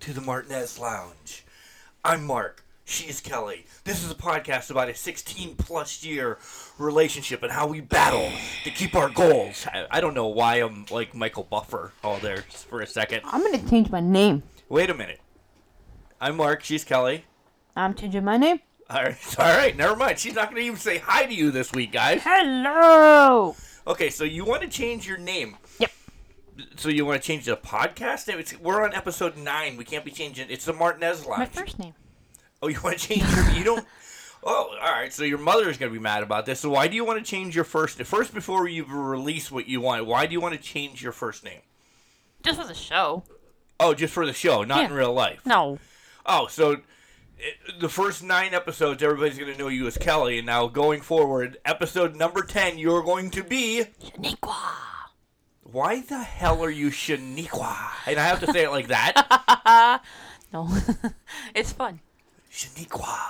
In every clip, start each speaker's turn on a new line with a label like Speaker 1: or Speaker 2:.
Speaker 1: to the Martinez Lounge. I'm Mark. She's Kelly. This is a podcast about a 16 plus year relationship and how we battle to keep our goals. I, I don't know why I'm like Michael Buffer all there just for a second.
Speaker 2: I'm gonna change my name.
Speaker 1: Wait a minute. I'm Mark. She's Kelly.
Speaker 2: I'm changing my name.
Speaker 1: All right, all right, never mind. She's not going to even say hi to you this week, guys.
Speaker 2: Hello.
Speaker 1: Okay, so you want to change your name.
Speaker 2: Yep.
Speaker 1: So you want to change the podcast name? It's, we're on episode nine. We can't be changing. It's the Martinez
Speaker 2: My
Speaker 1: Lounge.
Speaker 2: first name.
Speaker 1: Oh, you want to change your? You don't. Oh, all right. So your mother is going to be mad about this. So why do you want to change your first? First, before you release what you want, why do you want to change your first name?
Speaker 2: Just for the show.
Speaker 1: Oh, just for the show, not in
Speaker 2: Yeah.
Speaker 1: real life.
Speaker 2: No.
Speaker 1: Oh, so it, the first nine episodes, everybody's going to know you as Kelly, and now going forward, episode number ten, you're going to be.
Speaker 2: Shaniqua.
Speaker 1: Why the hell are you Shaniqua? And I have to say it like that.
Speaker 2: No. it's fun.
Speaker 1: Shaniqua.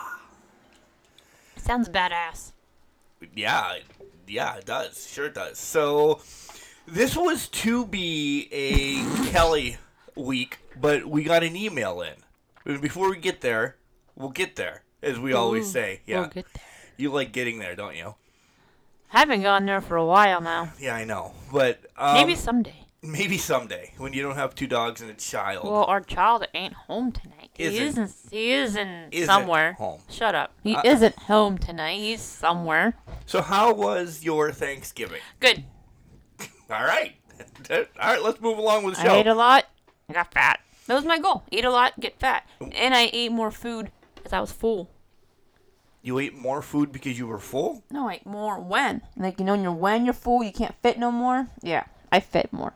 Speaker 2: It sounds badass.
Speaker 1: Yeah, it- yeah, it does. Sure it does. So this was to be a Kelly week, but we got an email in. And Before we get there, we'll get there, as we always say. Yeah.
Speaker 2: We'll get there.
Speaker 1: You like getting there, don't you?
Speaker 2: Haven't gone there for a while now.
Speaker 1: Yeah, I know. But um,
Speaker 2: Maybe
Speaker 1: maybe
Speaker 2: someday.
Speaker 1: someday when you don't have two dogs and a child.
Speaker 2: Well, our child ain't home tonight. He
Speaker 1: Isn't-
Speaker 2: isn't. He isn't,
Speaker 1: Isn't
Speaker 2: somewhere.
Speaker 1: home.
Speaker 2: Shut up. He isn't home tonight. He's somewhere.
Speaker 1: so how was your Thanksgiving?
Speaker 2: Good.
Speaker 1: All right. All right, let's move along with the show.
Speaker 2: I ate a lot. I got fat. That was my goal. Eat a lot, get fat. And I ate more food because I was full.
Speaker 1: you ate more food because you were full?
Speaker 2: No, I ate more when. Like you know, when you're when you're full, you can't fit no more. Yeah, I fit more.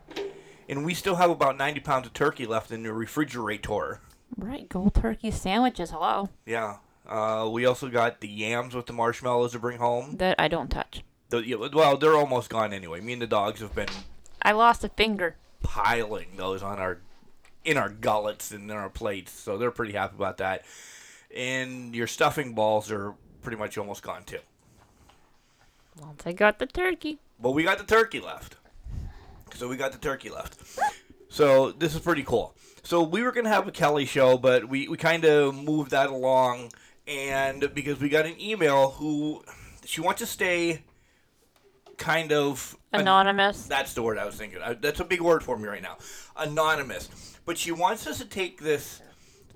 Speaker 1: and we still have about 90 pounds of turkey left in the refrigerator.
Speaker 2: Right, gold turkey sandwiches. Hello,
Speaker 1: Yeah. Uh, we also got the yams with the marshmallows to bring home.
Speaker 2: that I don't touch.
Speaker 1: The, yeah, well, they're almost gone anyway. Me and the dogs have been
Speaker 2: I lost a finger.
Speaker 1: piling those on our in our gullets and in our plates, so they're pretty happy about that. And your stuffing balls are pretty much almost gone too.
Speaker 2: Once I got the turkey,
Speaker 1: But we got the turkey left. So we got the turkey left. So this is pretty cool. So we were going to have a Kelly show, but we, we kind of moved that along. And because we got an email who she wants to stay kind of
Speaker 2: anonymous.
Speaker 1: that's the word I was thinking. I, that's a big word for me right now. Anonymous. But she wants us to take this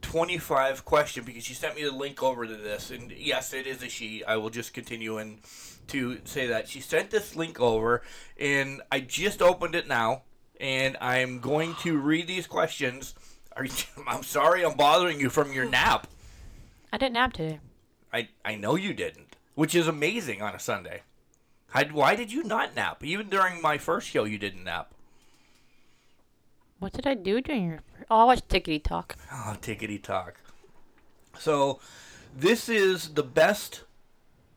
Speaker 1: 25 question because she sent me the link over to this. And yes, it is a she. I will just continue and to say that. She sent this link over, and I just opened it now. And I'm going to read these questions. Are you, I'm sorry I'm bothering you from your nap.
Speaker 2: I didn't nap today.
Speaker 1: I, I know you didn't, which is amazing on a Sunday. I, why did you not nap? Even during my first show, you didn't nap.
Speaker 2: What did I do during your? Oh, I watched Tickety Talk.
Speaker 1: Oh, tickety talk. So, this is the best,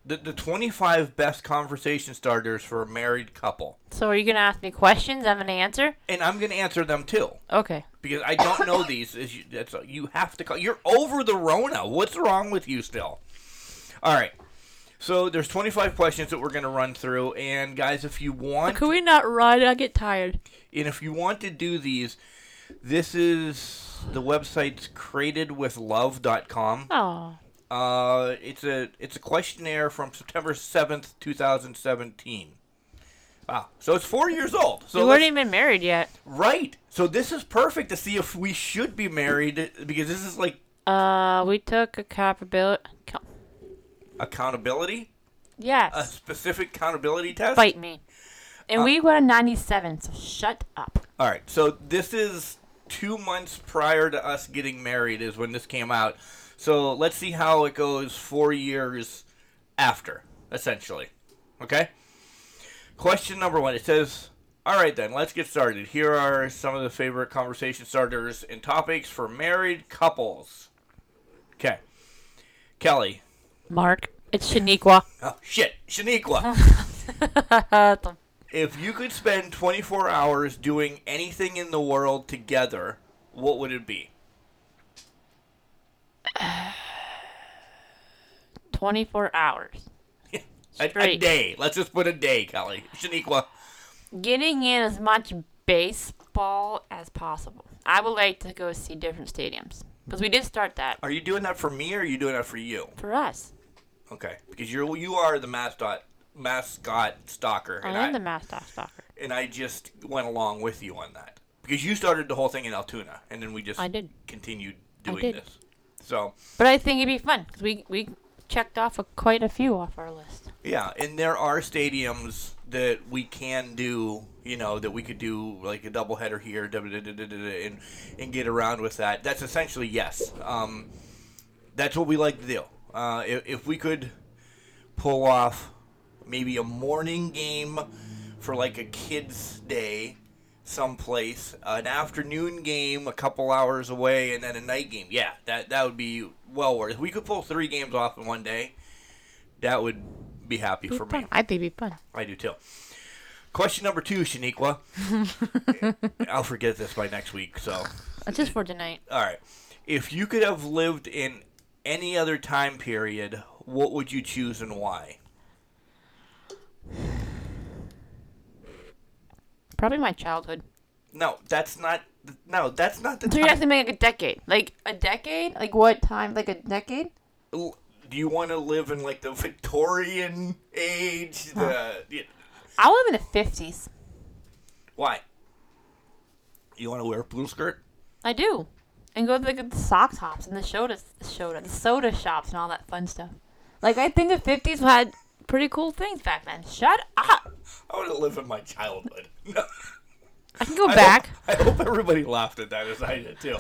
Speaker 1: the, the 25 best conversation starters for a married couple.
Speaker 2: So are you gonna ask me questions? I'm gonna answer.
Speaker 1: And I'm going to answer them too
Speaker 2: Okay.
Speaker 1: because I don't know these. Is you, that's, you have to call. You're over the Rona. What's wrong with you still? All right. So, there's 25 questions that we're going to run through. And, guys, if you want.
Speaker 2: Could we not run? I get tired.
Speaker 1: And if you want to do these, this is the website's createdwithlove.com.
Speaker 2: Oh,
Speaker 1: Uh, it's a it's a questionnaire from September seventh, two thousand seventeen. Wow, so it's four years old. So
Speaker 2: we weren't
Speaker 1: let's-
Speaker 2: even married yet.
Speaker 1: right. So this is perfect to see if we should be married because this is like
Speaker 2: Uh, we took a capability.
Speaker 1: accountability,
Speaker 2: Yes.
Speaker 1: a specific accountability test.
Speaker 2: Bite me.
Speaker 1: Uh.
Speaker 2: And we got a 97, so shut up.
Speaker 1: All right. So this is two months prior to us getting married is when this came out. So let's see how it goes four years after, essentially. Okay. Question number one. It says, "All right, then let's get started. Here are some of the favorite conversation starters and topics for married couples." Okay. Kelly.
Speaker 2: Mark, it's Shaniqua.
Speaker 1: Oh shit, Shaniqua. If you could spend 24 hours doing anything in the world together, what would it be?
Speaker 2: 24 hours.
Speaker 1: A, a
Speaker 2: Straight.
Speaker 1: day. Let's just put a day, Kelly. Shaniqua.
Speaker 2: Getting in as much baseball as possible. I would like to go see different stadiums because we did start that
Speaker 1: Are you doing that for me or are you doing that for you?
Speaker 2: for us.
Speaker 1: Okay, because you're you are the mascot mascot stalker, and
Speaker 2: I am
Speaker 1: I,
Speaker 2: the mascot stalker.
Speaker 1: and I just went along with you on that because you started the whole thing in Altoona, and then we just
Speaker 2: I did.
Speaker 1: continued doing
Speaker 2: did.
Speaker 1: this. So
Speaker 2: But I think it'd be fun because we we checked off a, quite a few off our list.
Speaker 1: yeah, and there are stadiums that we can do, you know, that we could do like a doubleheader here, da- da- da- da- da- da- and and get around with that. That's essentially yes. Um, that's what we like to do. Uh, if, if we could pull off maybe a morning game for like a kids' day someplace, an afternoon game a couple hours away, and then a night game. Yeah, that that would be well worth. If we could pull three games off in one day, that would be happy for me.
Speaker 2: I think it'd be fun.
Speaker 1: I do too. Question number two, Shaniqua. I'll forget this by next week, so
Speaker 2: That's just for tonight.
Speaker 1: all right. If you could have lived in any other time period, what would you choose and why?
Speaker 2: Probably my childhood.
Speaker 1: No, that's not. No, that's not the.
Speaker 2: So you
Speaker 1: Time.
Speaker 2: have to make like a decade, like a decade, like what time, like a decade?
Speaker 1: Do you want to live in like the Victorian age? The yeah.
Speaker 2: I live in the fifties.
Speaker 1: why? You want to wear a blue skirt?
Speaker 2: I do, and go to like the sock hops and the soda, the soda, the soda shops and all that fun stuff. Like I think the fifties had pretty cool things back then. Shut up.
Speaker 1: I want to live in my childhood. No.
Speaker 2: I can go
Speaker 1: I
Speaker 2: back.
Speaker 1: Hope, I hope everybody laughed at that as I did too.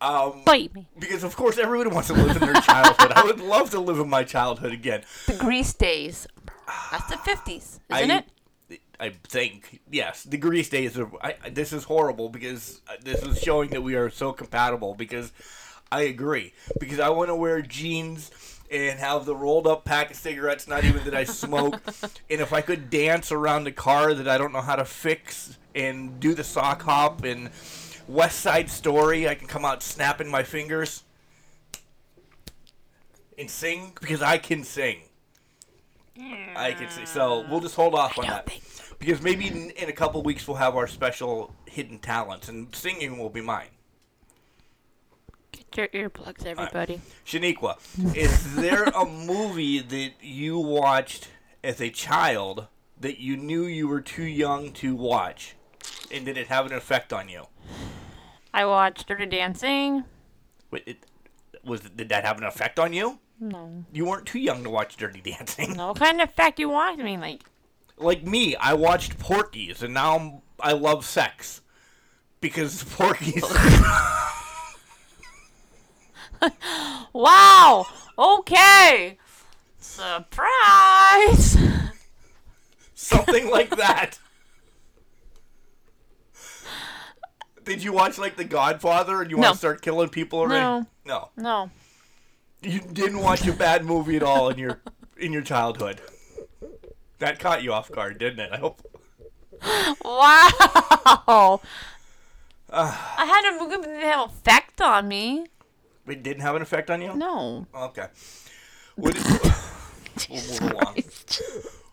Speaker 1: Um,
Speaker 2: Bite me.
Speaker 1: because of course everybody wants to live in their childhood. I would love to live in my childhood again.
Speaker 2: The Grease days. That's the fifties, isn't
Speaker 1: I,
Speaker 2: it?
Speaker 1: I think yes. The Grease days are. I, I- this is horrible because uh, this is showing that we are so compatible. Because I agree. Because I want to wear jeans and have the rolled up pack of cigarettes. Not even that I smoke. and if I could dance around the car that I don't know how to fix and do the sock hop and West Side Story, I can come out snapping my fingers and sing because I can sing. I can see. So we'll just hold off on
Speaker 2: don't
Speaker 1: that
Speaker 2: think so.
Speaker 1: because maybe in, in a couple weeks we'll have our special hidden talents, and singing will be mine.
Speaker 2: Get your earplugs, everybody.
Speaker 1: Shaniqua, is there a movie that you watched as a child that you knew you were too young to watch, and did it have an effect on you?
Speaker 2: I watched Dirty Dancing.
Speaker 1: Wait, It, was did that have an effect on you?
Speaker 2: No.
Speaker 1: You weren't too young to watch Dirty Dancing.
Speaker 2: No, what kind of fact you want? I mean, like,
Speaker 1: like me, I watched Porky's, and now I'm, I love sex because Porky's.
Speaker 2: wow. Okay. Surprise.
Speaker 1: something like that. Did you watch like The Godfather and you want
Speaker 2: No.
Speaker 1: to start killing people already?
Speaker 2: No.
Speaker 1: No.
Speaker 2: No.
Speaker 1: You didn't watch a bad movie at all in your in your childhood. That caught you off guard, didn't it? I hope.
Speaker 2: Wow. I had a movie that had an effect on me.
Speaker 1: It didn't have an effect on you?
Speaker 2: No.
Speaker 1: Okay. What is, we'll move along.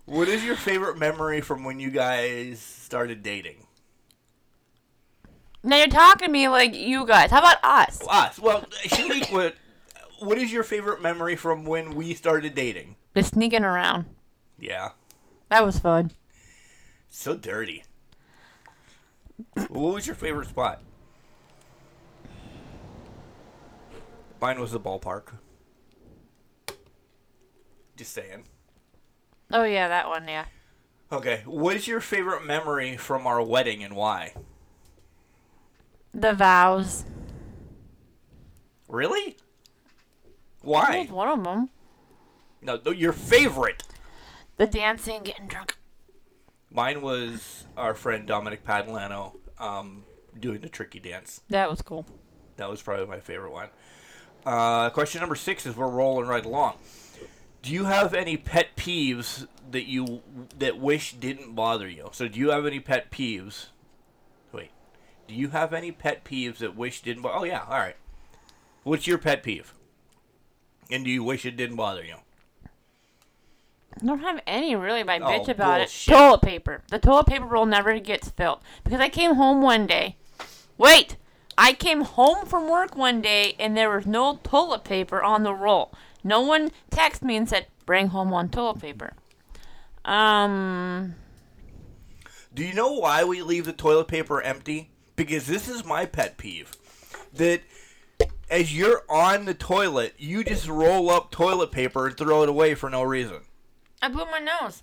Speaker 1: What is your favorite memory from when you guys started dating?
Speaker 2: Now you're talking to me like you guys. How about us?
Speaker 1: Us. Well, Shanique, what, what is your favorite memory from when we started dating?
Speaker 2: Just sneaking around.
Speaker 1: Yeah.
Speaker 2: That was fun.
Speaker 1: So dirty. what was your favorite spot? Mine was the ballpark. Just saying.
Speaker 2: Oh, yeah, that one, yeah.
Speaker 1: Okay, what is your favorite memory from our wedding and why?
Speaker 2: The vows.
Speaker 1: Really?
Speaker 2: That
Speaker 1: Why?
Speaker 2: was one of them.
Speaker 1: No, no, your favorite.
Speaker 2: The dancing, getting drunk.
Speaker 1: Mine was our friend Dominic Padalano um, doing the tricky dance.
Speaker 2: That was cool.
Speaker 1: That was probably my favorite one. Uh, question number six is we're rolling right along. Do you have any pet peeves that you that wish didn't bother you? So do you have any pet peeves? Wait, do you have any pet peeves that wish didn't? Bo- oh yeah, all right. What's your pet peeve? And do you wish it didn't bother you?
Speaker 2: I don't have any really by bitch about
Speaker 1: Oh, bullshit.
Speaker 2: it. Toilet paper. The toilet paper roll never gets filled. Because I came home one day. Wait! I came home from work one day and there was no toilet paper on the roll. No one texted me and said, "Bring home one toilet paper." Um,
Speaker 1: Do you know why we leave the toilet paper empty? Because this is my pet peeve. That as you're on the toilet, you just roll up toilet paper and throw it away for no reason.
Speaker 2: I blew my nose,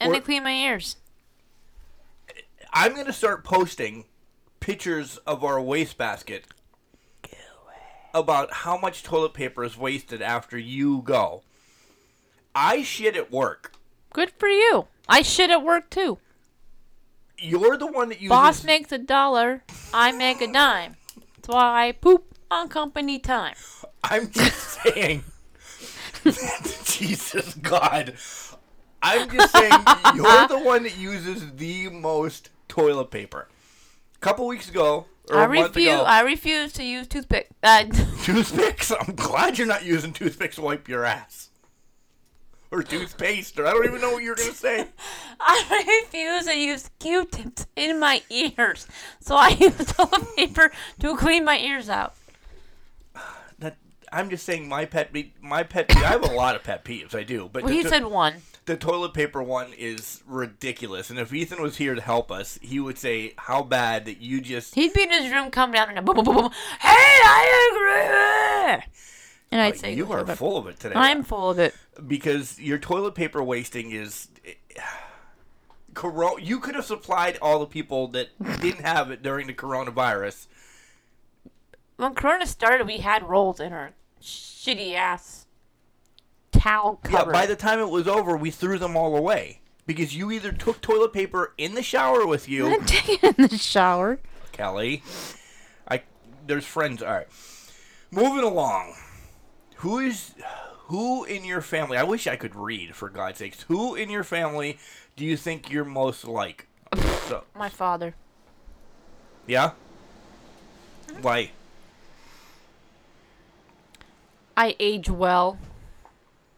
Speaker 2: and
Speaker 1: Or-
Speaker 2: I cleaned my ears.
Speaker 1: I'm going to start posting pictures of our wastebasket about how much toilet paper is wasted after you go. I shit at work.
Speaker 2: Good for you. I shit at work too.
Speaker 1: You're the one that uses
Speaker 2: Boss makes a dollar, I make a dime. That's why I poop on company time.
Speaker 1: I'm just saying. Jesus God. I'm just saying you're the one that uses the most toilet paper. A couple weeks ago, or
Speaker 2: I
Speaker 1: a month
Speaker 2: refuse.
Speaker 1: ago,
Speaker 2: I refuse to use toothpick. Uh,
Speaker 1: toothpicks. I'm glad you're not using toothpicks to wipe your ass. Or toothpaste, or I don't even know what you're gonna say.
Speaker 2: I refuse to use Q-tips in my ears, so I use toilet paper to clean my ears out.
Speaker 1: That, I'm just saying my pet pe- my pet peeve. I have a lot of pet peeves, I do. But
Speaker 2: Well,
Speaker 1: the
Speaker 2: he
Speaker 1: to-
Speaker 2: said one.
Speaker 1: the toilet paper one is ridiculous. And if Ethan was here to help us, he would say how bad that you just
Speaker 2: He'd be in his room, come down, and a boom, boom, boom, boom. Hey, I agree. And I'd say,
Speaker 1: Uh, you are
Speaker 2: "But
Speaker 1: full of it today.
Speaker 2: I'm full of it.
Speaker 1: because your toilet paper wasting is eh, Coro- you could have supplied all the people that didn't have it during the coronavirus.
Speaker 2: When Corona started, we had rolls in our shitty ass towel
Speaker 1: Yeah,
Speaker 2: cover.
Speaker 1: by the time it was over, we threw them all away because you either took toilet paper in the shower with you,
Speaker 2: I'm taking in the shower.
Speaker 1: Kelly. I there's friends. All right, moving along. Who is who in your family? I wish I could read for God's sakes. Who in your family do you think you're most like? So
Speaker 2: My father.
Speaker 1: yeah, why?
Speaker 2: I age well,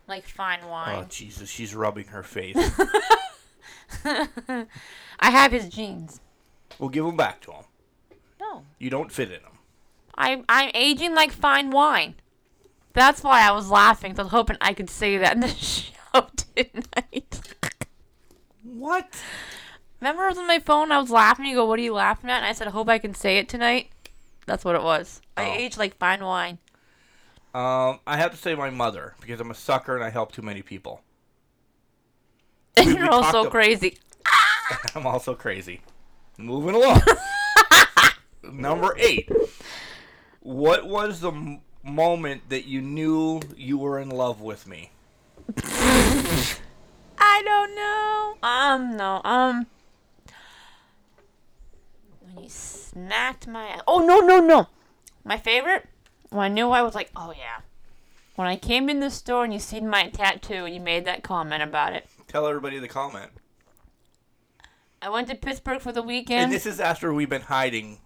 Speaker 2: like fine
Speaker 1: Oh
Speaker 2: wine.
Speaker 1: Jesus, she's rubbing her face.
Speaker 2: I have his genes.
Speaker 1: we'll give them back to him.
Speaker 2: No,
Speaker 1: You don't fit in them.
Speaker 2: I'm I'm aging like fine wine. That's why I was laughing. 'cause I was hoping I could say that in the show tonight.
Speaker 1: What?
Speaker 2: Remember, I was on my phone. I was laughing. You go, "What are you laughing at?" And I said, "I hope I can say it tonight." That's what it was. I
Speaker 1: Oh.
Speaker 2: age like fine wine.
Speaker 1: Um, I have to say my mother because I'm a sucker and I help too many people.
Speaker 2: And
Speaker 1: we
Speaker 2: you're all
Speaker 1: talked
Speaker 2: so
Speaker 1: ab-
Speaker 2: crazy.
Speaker 1: I'm also crazy. Moving along. Number eight. What was the m- moment that you knew you were in love with me?
Speaker 2: I don't know. Um, no. Um, when you smacked my. Oh no, no, no. My favorite. When I knew I was like, oh yeah. When I came in the store and you seen my tattoo and you made that comment about it.
Speaker 1: Tell everybody the comment.
Speaker 2: I went to Pittsburgh for the
Speaker 1: And
Speaker 2: weekend.
Speaker 1: this is after we've been hiding.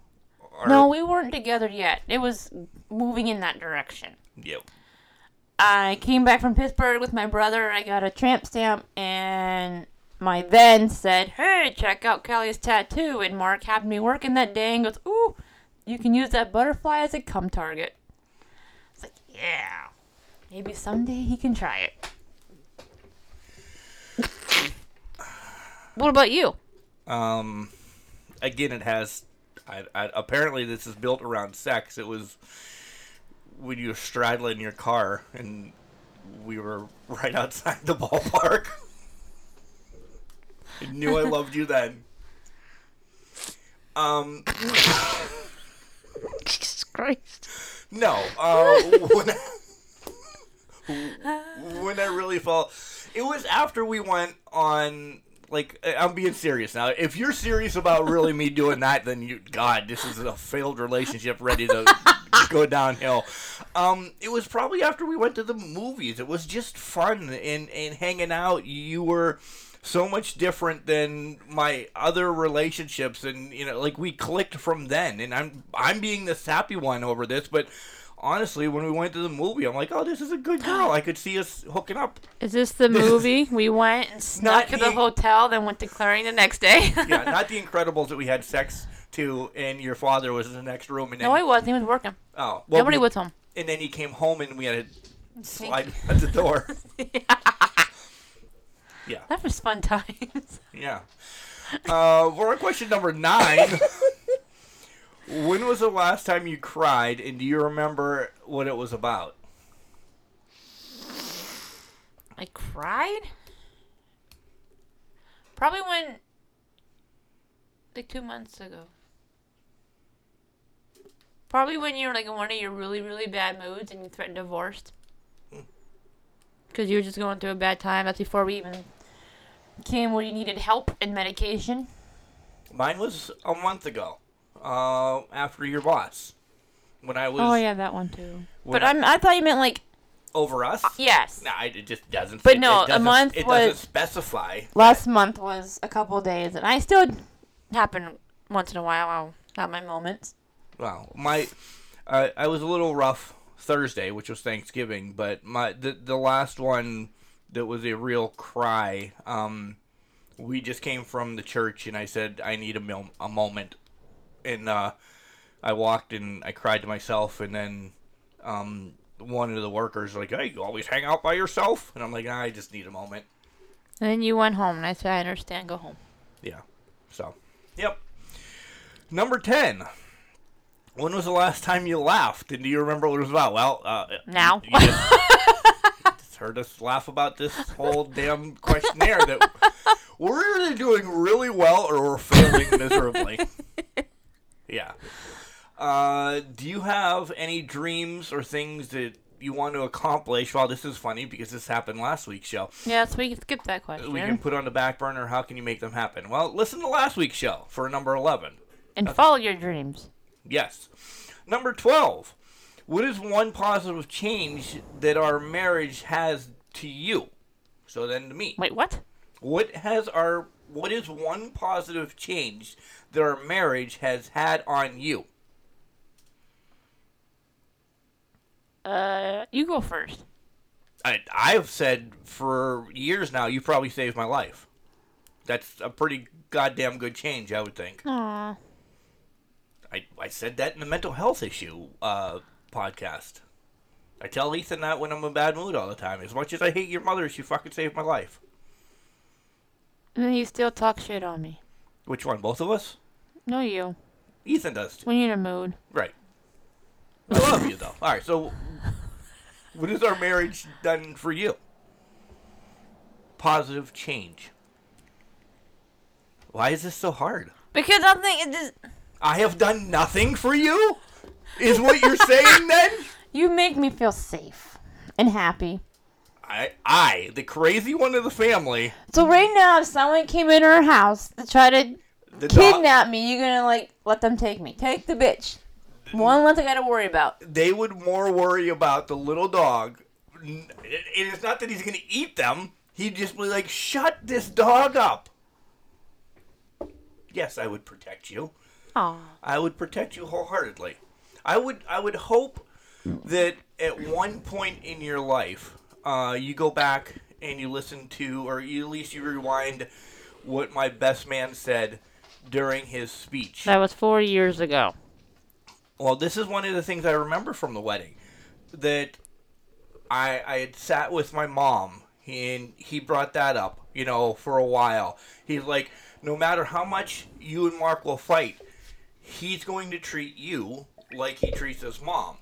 Speaker 1: Our,
Speaker 2: no, we weren't together yet. It was moving in that direction.
Speaker 1: Yep.
Speaker 2: I came back from Pittsburgh with my brother. I got a tramp stamp, and my then said, "Hey, check out Callie's tattoo." And Mark happened to be working that day and goes, "Ooh, you can use that butterfly as a cum target." It's like, yeah, maybe someday he can try it. what about you?
Speaker 1: Um, again, it has. I, I, apparently, this is built around sex. It was when you were straddling your car, and we were right outside the ballpark. I knew I loved you then. Um,
Speaker 2: Jesus Christ!
Speaker 1: no. Uh, when I, when I really felt, it was after we went on. Like I- I'm being serious now. If you're serious about really me doing that, then you, God, this is a failed relationship ready to go downhill. Um, it was probably after we went to the movies. It was just fun and and hanging out. You were so much different than my other relationships, and you know, like we clicked from then. And I'm I'm being the sappy one over this, but honestly, when we went to the movie, I'm like, oh, this is a good girl. I could see us hooking up.
Speaker 2: Is this the movie we went and
Speaker 1: Not
Speaker 2: snuck to the
Speaker 1: the-
Speaker 2: hotel, then went to Claring the next day?
Speaker 1: Yeah, not the Incredibles that we had sex tattoo, and your father was in the next room. And then,
Speaker 2: No, he wasn't. He was working.
Speaker 1: oh, well,
Speaker 2: Nobody
Speaker 1: we-
Speaker 2: was home.
Speaker 1: And then he came home, and we had to slide at the door. yeah,
Speaker 2: That was fun times.
Speaker 1: yeah. Uh, we're on question number nine. when was the last time you cried, and do you remember what it was about?
Speaker 2: I cried. Probably when, like two months ago. Probably when you're like in one of your really really bad moods and you threatened divorce.
Speaker 1: Hmm.
Speaker 2: Because you were just going through a bad time. That's before we even came where you needed help and medication.
Speaker 1: Mine was a month ago, uh, after your boss, when I was
Speaker 2: Oh yeah, that one too.
Speaker 1: When
Speaker 2: But
Speaker 1: I-
Speaker 2: I'm, I thought you meant like
Speaker 1: over us.
Speaker 2: yes.
Speaker 1: Nah, it it just doesn't.
Speaker 2: But
Speaker 1: it-
Speaker 2: no,
Speaker 1: it
Speaker 2: a
Speaker 1: doesn't-
Speaker 2: month
Speaker 1: It doesn't
Speaker 2: was-
Speaker 1: specify.
Speaker 2: Last month was a couple days, and I still happen once in a while. I'll have my moments.
Speaker 1: Wow, my, uh, I was a little rough Thursday, which was Thanksgiving, but my the the last one that was a real cry. Um, we just came from the church, and I said I need a mil- a moment, and uh, I walked and I cried to myself, and then um, one of the workers like, "Hey, you always hang out by yourself," and I'm like, "I just need a moment."
Speaker 2: And then you went home, and I said, I understand, go home.
Speaker 1: Yeah. So, yep. Number 10. When was the last time you laughed? And do you remember what it was about? Well, uh,
Speaker 2: Now.
Speaker 1: You just, you just heard us laugh about this whole damn questionnaire that we're either doing really well or we're failing miserably. yeah. Uh, do you have any dreams or things that you want to accomplish? Well, this is funny because this happened last week's show
Speaker 2: Yeah, so we can skip that question.
Speaker 1: we can put on the back burner. How can you make them happen? Well, listen to last week's show for number 11.
Speaker 2: and follow your dreams.
Speaker 1: Yes. Number 12. What is one positive change that our marriage has to you? So then to me.
Speaker 2: Wait, what?
Speaker 1: What has our what is one positive change that our marriage has had on you?
Speaker 2: Uh, you go first.
Speaker 1: I I've said for years now you probably saved my life. That's a pretty goddamn good change, I would think.
Speaker 2: Aw.
Speaker 1: I, I said that in the mental health issue uh, podcast. I tell Ethan that when I'm in a bad mood all the time. As much as I hate your mother, she fucking saved my life.
Speaker 2: And then you still talk shit on me.
Speaker 1: Which one? Both of us?
Speaker 2: No, you.
Speaker 1: Ethan does too.
Speaker 2: When you're in a mood.
Speaker 1: Right. I love you though. All right. So, what has our marriage done for you? Positive change. Why is this so hard?
Speaker 2: Because I'm thinking, just,
Speaker 1: I have done nothing for you. Is what you're saying then?
Speaker 2: you make me feel safe and happy.
Speaker 1: I I the crazy one of the family.
Speaker 2: So right now, if someone came into our house to try to
Speaker 1: The dog-
Speaker 2: kidnap me, you're gonna like let them take me. Take the bitch. One less I gotta worry about.
Speaker 1: they would more worry about the little dog. N- It, it's not that he's going to eat them. He'd just be like, shut this dog up. Yes, I would protect you.
Speaker 2: Aw.
Speaker 1: I would protect you wholeheartedly. I would I would hope that at one point in your life, uh, you go back and you listen to, or you, at least you rewind what my best man said during his speech.
Speaker 2: That was four years ago.
Speaker 1: Well, this is one of the things I remember from the wedding that I I had sat with my mom and he brought that up, you know, for a while. He's like, no matter how much you and Mark will fight, he's going to treat you like he treats his mom.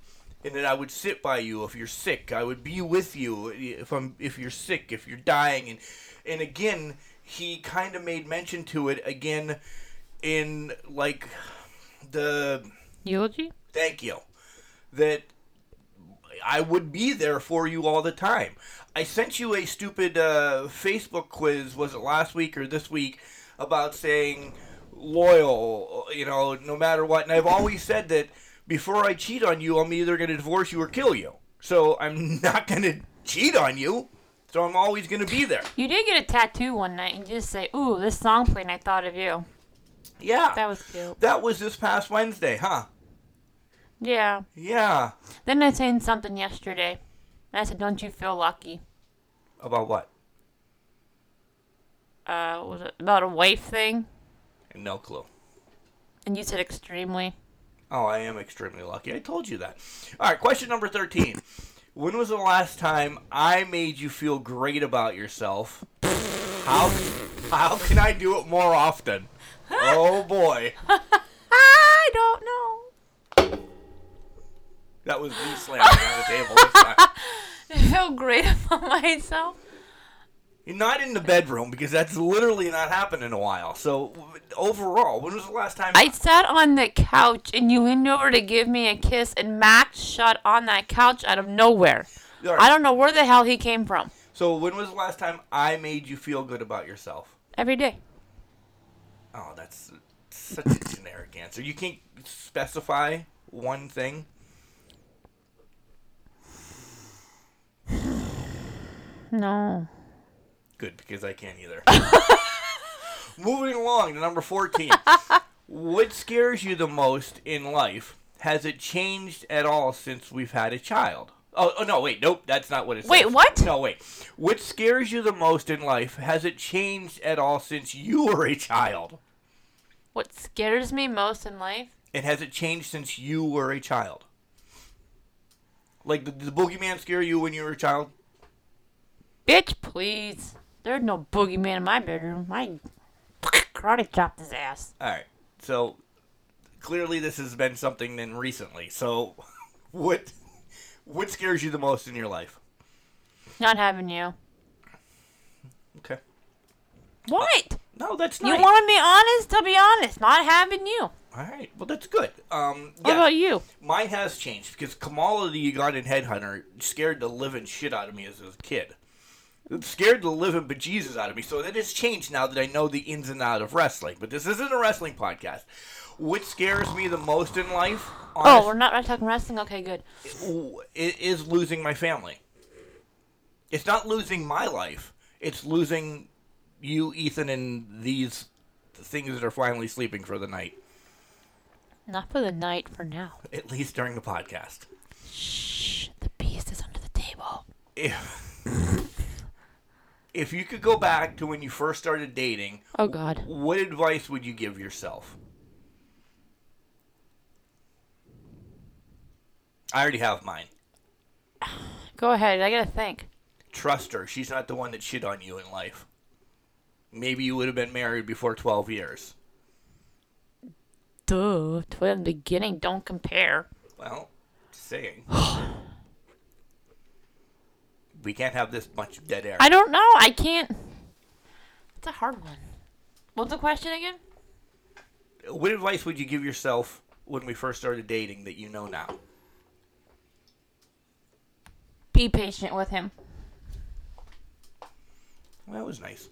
Speaker 1: And that I would sit by you if you're sick. I would be with you if I'm if you're sick, if you're dying and and again, he kind of made mention to it again in like the
Speaker 2: Eulogy?
Speaker 1: thank you that i would be there for you all the time i sent you a stupid uh, facebook quiz was it last week or this week about saying loyal you know no matter what and i've always said that before i cheat on you i'm either going to divorce you or kill you so i'm not going to cheat on you so i'm always going to be there
Speaker 2: You did get a tattoo one night and just say, "Ooh, this song played, and I thought of you."
Speaker 1: yeah
Speaker 2: That was cute.
Speaker 1: that was this past wednesday huh
Speaker 2: Yeah.
Speaker 1: yeah
Speaker 2: Then I sang something yesterday. And I said, "Don't you feel lucky?"
Speaker 1: about what
Speaker 2: Uh, was it about a wife thing?
Speaker 1: no clue
Speaker 2: And you said extremely.
Speaker 1: Oh, I am extremely lucky. I told you that. All right, question number 13. when was the last time I made you feel great about yourself? How how can I do it more often? Oh boy.
Speaker 2: I don't know.
Speaker 1: That was me slamming on the table this time.
Speaker 2: I feel great about myself.
Speaker 1: Not in the bedroom because that's literally not happened in a while. So overall, when was the last time
Speaker 2: I sat on the couch and you leaned over to give me a kiss, and Max shot on that couch out of nowhere.
Speaker 1: All right,
Speaker 2: I don't know where the hell he came from.
Speaker 1: So when was the last time I made you feel good about yourself?
Speaker 2: Every day.
Speaker 1: Oh, that's such a generic answer. You can't specify one thing.
Speaker 2: No.
Speaker 1: Good, because I can't either. Moving along to number 14. what scares you the most in life? Has it changed at all since we've had a child? Oh, oh no, wait, nope, that's not what it says.
Speaker 2: Wait, what?
Speaker 1: No, wait. What scares you the most in life? Has it changed at all since you were a child?
Speaker 2: What scares me most in life?
Speaker 1: And has it changed since you were a child? Like, did the boogeyman scare you when you were a child?
Speaker 2: Bitch, please. There's no boogeyman in my bedroom. I karate chopped his ass.
Speaker 1: All right. So clearly, this has been something then recently. So what what scares you the most in your life?
Speaker 2: Not having you.
Speaker 1: Okay.
Speaker 2: What?
Speaker 1: No, that's
Speaker 2: You
Speaker 1: not.
Speaker 2: want to be honest? I'll be honest. Not having you.
Speaker 1: All right. Well, that's good. Um,
Speaker 2: What
Speaker 1: yeah,
Speaker 2: about you?
Speaker 1: mine has changed because Kamala the Ugandan headhunter scared the living shit out of me as a kid. It scared the living bejesus out of me. So that has changed now that I know the ins and out of wrestling. But this isn't a wrestling podcast. What scares me the most in life?
Speaker 2: Oh,
Speaker 1: honest-
Speaker 2: we're not talking wrestling? Okay, good.
Speaker 1: w- i- is losing my family. It's not losing my life. It's losing you, Ethan, and these things that are finally sleeping for the night,
Speaker 2: Not for the night, for now.
Speaker 1: at least during the podcast.
Speaker 2: Shh, the beast is under the table.
Speaker 1: If, if you could go back to when you first started dating,
Speaker 2: Oh, God.
Speaker 1: what advice would you give yourself? I already have mine.
Speaker 2: Go ahead. I gotta think.
Speaker 1: trust her. She's not the one that shit on you in life. Maybe you would have been married before 12 years.
Speaker 2: Duh. To the beginning, don't compare.
Speaker 1: Well, just saying. we can't have this much dead air.
Speaker 2: I don't know. I can't. It's a hard one. What's the question again?
Speaker 1: what advice would you give yourself when we first started dating that you know now?
Speaker 2: Be patient with him.
Speaker 1: Well, that was nice.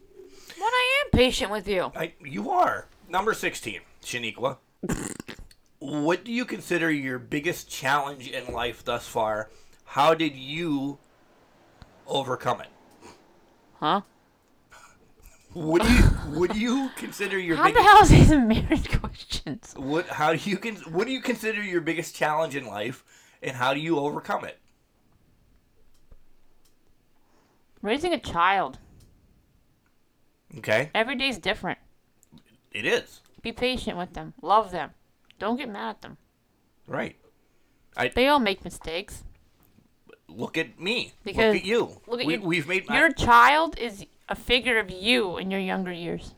Speaker 2: Well, I am patient with you.
Speaker 1: I, you are. Number 16, Shaniqua. what do you consider your biggest challenge in life thus far? How did you overcome it?
Speaker 2: Huh?
Speaker 1: Would you would you consider your
Speaker 2: How the
Speaker 1: biggest
Speaker 2: hell is these marriage questions?
Speaker 1: what how do you con- what do you consider your biggest challenge in life and how do you overcome it?
Speaker 2: Raising a child.
Speaker 1: Okay?
Speaker 2: Every day's different.
Speaker 1: It is.
Speaker 2: Be patient with them. Love them. Don't get mad at them.
Speaker 1: Right.
Speaker 2: They all make mistakes.
Speaker 1: Look at me.
Speaker 2: Because-
Speaker 1: look at you.
Speaker 2: look at
Speaker 1: we,
Speaker 2: you.
Speaker 1: We've made
Speaker 2: Your child is a figure of you in your younger years.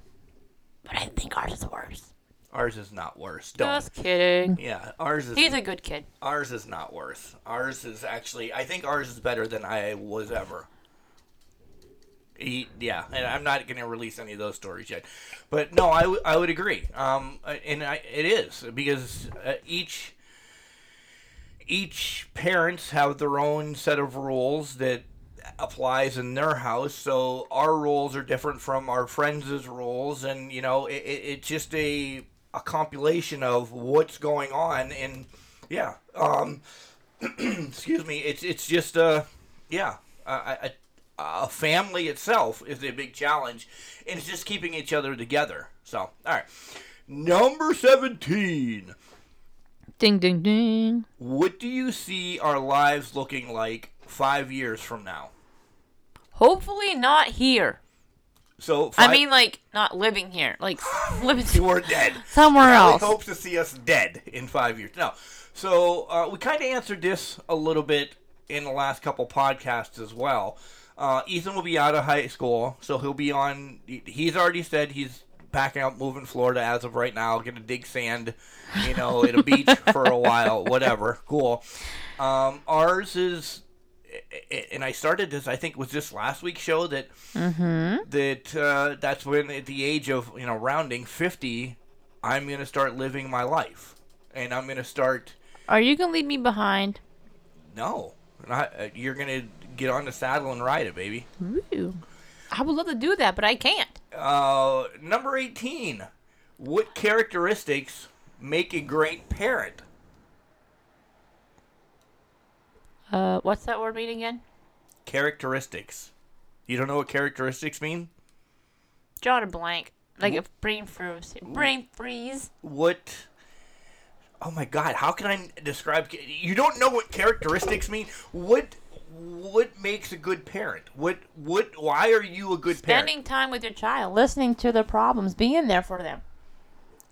Speaker 2: But I think ours is worse.
Speaker 1: ours is not worse. Don't.
Speaker 2: Just kidding.
Speaker 1: yeah, ours is
Speaker 2: He's a good kid.
Speaker 1: ours is not worse. Ours is actually I think ours is better than I was ever. He, yeah, and I'm not going to release any of those stories yet, but no, I, w- I would agree. Um, and I, it is because uh, each each parents have their own set of rules that applies in their house so our rules are different from our friends' rules and you know it, it, it's just a a compilation of what's going on and yeah um excuse me it's it's just uh yeah a, a, a family itself is a big challenge and it's just keeping each other together so all right number 17
Speaker 2: Ding, ding, ding.
Speaker 1: what do you see our lives looking like five years from now?
Speaker 2: Hopefully not here.
Speaker 1: So
Speaker 2: I
Speaker 1: fi-
Speaker 2: mean, like not living here, like living
Speaker 1: you were dead.
Speaker 2: somewhere
Speaker 1: I
Speaker 2: else.
Speaker 1: hope to see us dead in five years. No. So uh, we kind of answered this a little bit in the last couple podcasts as well. Uh, Ethan will be out of high school, so he'll be on. he- He's already said he's packing up, moving to Florida as of right now, gonna dig sand, you know, at a beach for a while, whatever. Cool. Um, ours is, and I started this. I think was this last week's show that that uh, that's when at the age of you know rounding 50 i'm going to start living my life and i'm going to start
Speaker 2: Are you gonna leave me behind?
Speaker 1: no not, uh, you're going to get on the saddle and ride it baby
Speaker 2: Ooh. I would love to do that, but I can't.
Speaker 1: uh, number 18 what characteristics make a great parent
Speaker 2: Uh, what's that word mean again?
Speaker 1: characteristics you don't know what characteristics mean
Speaker 2: Draw a blank, like a brain freeze. Brain freeze.
Speaker 1: what oh my god how can i describe you don't know what characteristics mean what what makes a good parent what what why are you a good
Speaker 2: Spending time with your child, listening to their problems, being there for them,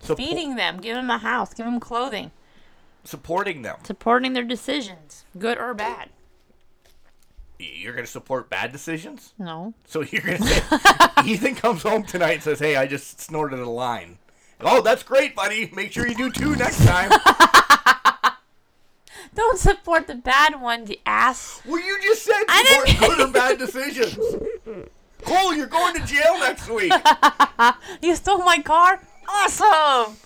Speaker 1: parent Suppo-
Speaker 2: feeding them, giving them a house, giving them clothing,
Speaker 1: supporting them
Speaker 2: supporting their decisions, good or bad.
Speaker 1: you're gonna support bad decisions
Speaker 2: No.
Speaker 1: so you're gonna say ethan comes home tonight and says hey i just snorted a line oh that's great buddy make sure you do two next time
Speaker 2: Don't support the bad one, the ass.
Speaker 1: well you just said
Speaker 2: I
Speaker 1: support
Speaker 2: didn't-
Speaker 1: good or bad decisions cole you're going to jail next week
Speaker 2: You stole my car? Awesome!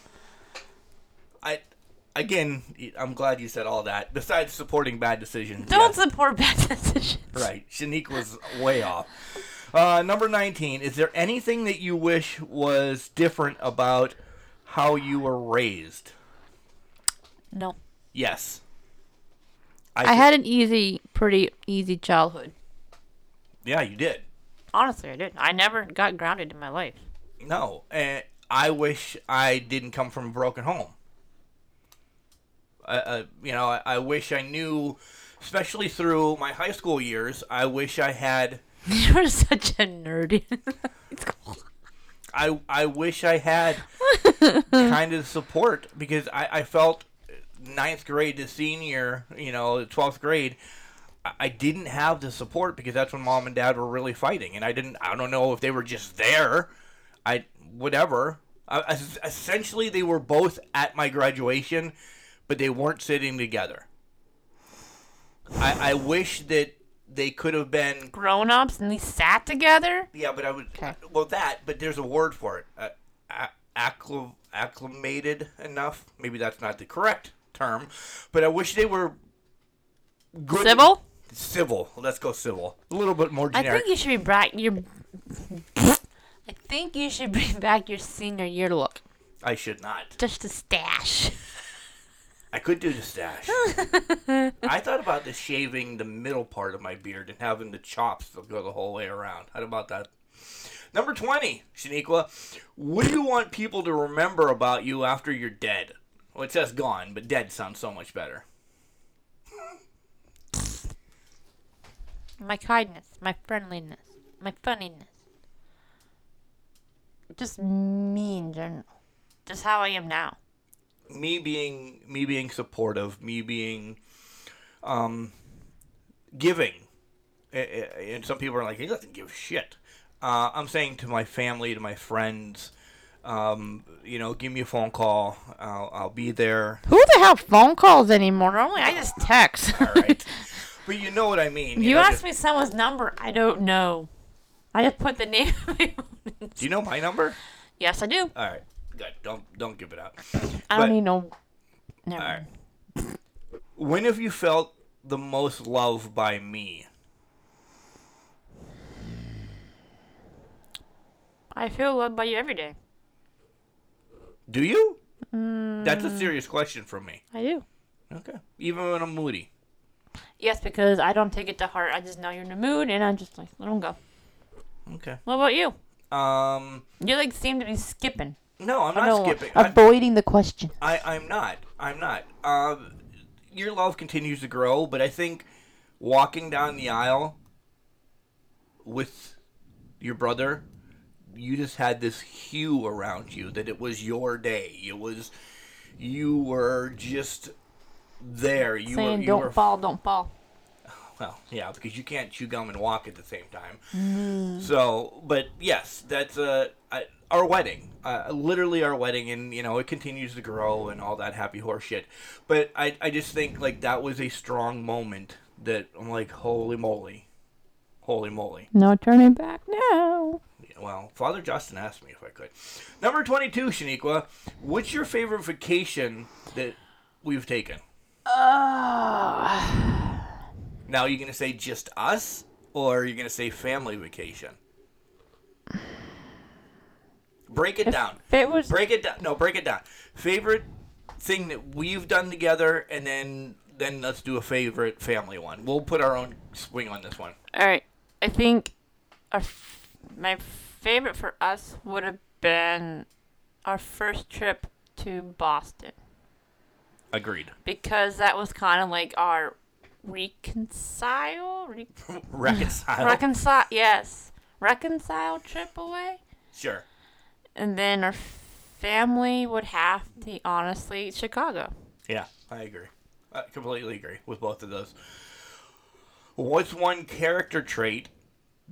Speaker 1: I again, I'm glad you said all that. Besides supporting bad decisions,
Speaker 2: Don't
Speaker 1: yes,
Speaker 2: support bad decisions.
Speaker 1: right. Shanique was way off. Uh, number 19. Is there anything that you wish was different about how you were raised?
Speaker 2: No.
Speaker 1: Yes.
Speaker 2: I had an easy, pretty easy childhood.
Speaker 1: Yeah, you did.
Speaker 2: Honestly, I did. I never got grounded in my life.
Speaker 1: No, and I wish I didn't come from a broken home. I, uh, you know, I, I wish I knew, especially through my high school years. I wish I had
Speaker 2: You were such a nerd. it's cool.
Speaker 1: I I wish I had kind of support because I, I felt ninth grade to senior, you know, twelfth grade, I, I didn't have the support because that's when mom and dad were really fighting, and I didn't. I don't know if they were just there, I whatever. I, es- essentially, they were both at my graduation, but they weren't sitting together. I, I wish that they could have been
Speaker 2: Grown ups and they sat together?
Speaker 1: yeah, but I would. uh,
Speaker 2: Okay.
Speaker 1: Well, that. But there's a word for it. Uh, a- acclim- acclimated enough. Maybe that's not the correct term. But I wish they were. Good,
Speaker 2: Civil?
Speaker 1: Civil. Let's go civil. A little bit more
Speaker 2: I
Speaker 1: generic.
Speaker 2: think you should be back your. I think you should bring back your senior year look.
Speaker 1: I should not.
Speaker 2: Just a stash.
Speaker 1: I could do the stash. I thought about the shaving the middle part of my beard and having the chops that go the whole way around. How about that? Number 20, Shaniqua. What do you want people to remember about you after you're dead? Well, it says gone, but dead sounds so much better.
Speaker 2: My kindness, my friendliness, my funniness. Just me in general. Just how I am now.
Speaker 1: me being me being supportive, me being um, giving, A- a- and some people are like, he doesn't give a shit. Uh, I'm saying to my family, to my friends, um, you know, give me a phone call. I'll, I'll be there.
Speaker 2: Who the hell phone calls anymore? Normally I just text.
Speaker 1: All right. but you know what I mean.
Speaker 2: you
Speaker 1: know,
Speaker 2: asked
Speaker 1: just-
Speaker 2: me someone's number. I don't know. I just put the name of my phone.
Speaker 1: Do you know my number?
Speaker 2: Yes, I do.
Speaker 1: All right. Good. Don't don't give it out.
Speaker 2: I don't
Speaker 1: But-
Speaker 2: need no. Never.
Speaker 1: All right.
Speaker 2: mind.
Speaker 1: When have you felt the most love by me?
Speaker 2: I feel loved by you every day.
Speaker 1: Do you?
Speaker 2: Mm.
Speaker 1: That's a serious question from me.
Speaker 2: I do.
Speaker 1: Okay. Even when I'm moody.
Speaker 2: Yes, because I don't take it to heart. I just know you're in the mood, and I'm just like, let them go.
Speaker 1: Okay.
Speaker 2: What about you?
Speaker 1: Um,
Speaker 2: You like seem to be skipping.
Speaker 1: no, I'm not skipping. I,
Speaker 2: Avoiding the question.
Speaker 1: I, I'm not. I'm not. Um, your love continues to grow, but I think walking down the aisle with your brother you just had this hue around you that it was your day. It was you were just there. You
Speaker 2: saying
Speaker 1: were you
Speaker 2: don't
Speaker 1: were
Speaker 2: fall, don't fall.
Speaker 1: well, yeah, because you can't chew gum and walk at the same time. So, but yes, that's uh, I- our wedding. Uh, literally our wedding, and you know it continues to grow and all that happy horse shit. But I, I just think like that was a strong moment that I'm like, holy moly, holy moly.
Speaker 2: No turning back now.
Speaker 1: Well, Father Justin asked me if I could. Number twenty-two, Shaniqua, what's your favorite vacation that we've taken?
Speaker 2: Uh,
Speaker 1: Now, are you gonna say just us, or are you gonna say family vacation? Break it down.
Speaker 2: if it was
Speaker 1: Break it down. No, break it down. Favorite thing that we've done together, and then then let's do a favorite family one. We'll put our own swing on this one.
Speaker 2: All right. I think our f- my favorite for us would have been our first trip to Boston
Speaker 1: Agreed.
Speaker 2: because that was kind of like our reconcile, re-
Speaker 1: Reconcile.
Speaker 2: reconcile, yes, reconcile trip away.
Speaker 1: sure.
Speaker 2: And then our family would have to honestly Chicago.
Speaker 1: Yeah, I agree. I completely agree with both of those. What's one character trait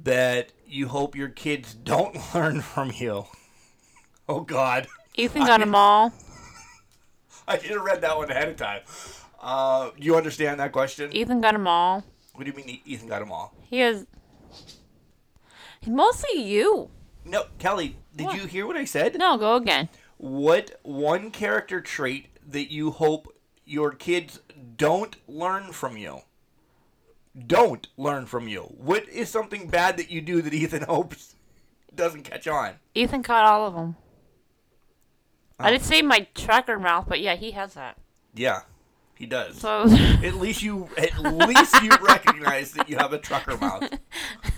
Speaker 1: that you hope your kids don't learn from you? Oh God,
Speaker 2: Ethan got them all.
Speaker 1: I should have read that one ahead of time. Uh, you understand that question?
Speaker 2: Ethan got them all.
Speaker 1: What do you mean Ethan got them all?
Speaker 2: He is mostly you.
Speaker 1: No, Kelly, did
Speaker 2: What?
Speaker 1: you hear what I said?
Speaker 2: No, go again.
Speaker 1: What one character trait that you hope your kids don't learn from you? Don't learn from you. What is something bad that you do that Ethan hopes doesn't catch on?
Speaker 2: Ethan caught all of them. I didn't say my tracker mouth, but yeah, he has that.
Speaker 1: Yeah, he does.
Speaker 2: So
Speaker 1: at least you, at least you recognize that you have a trucker mouth.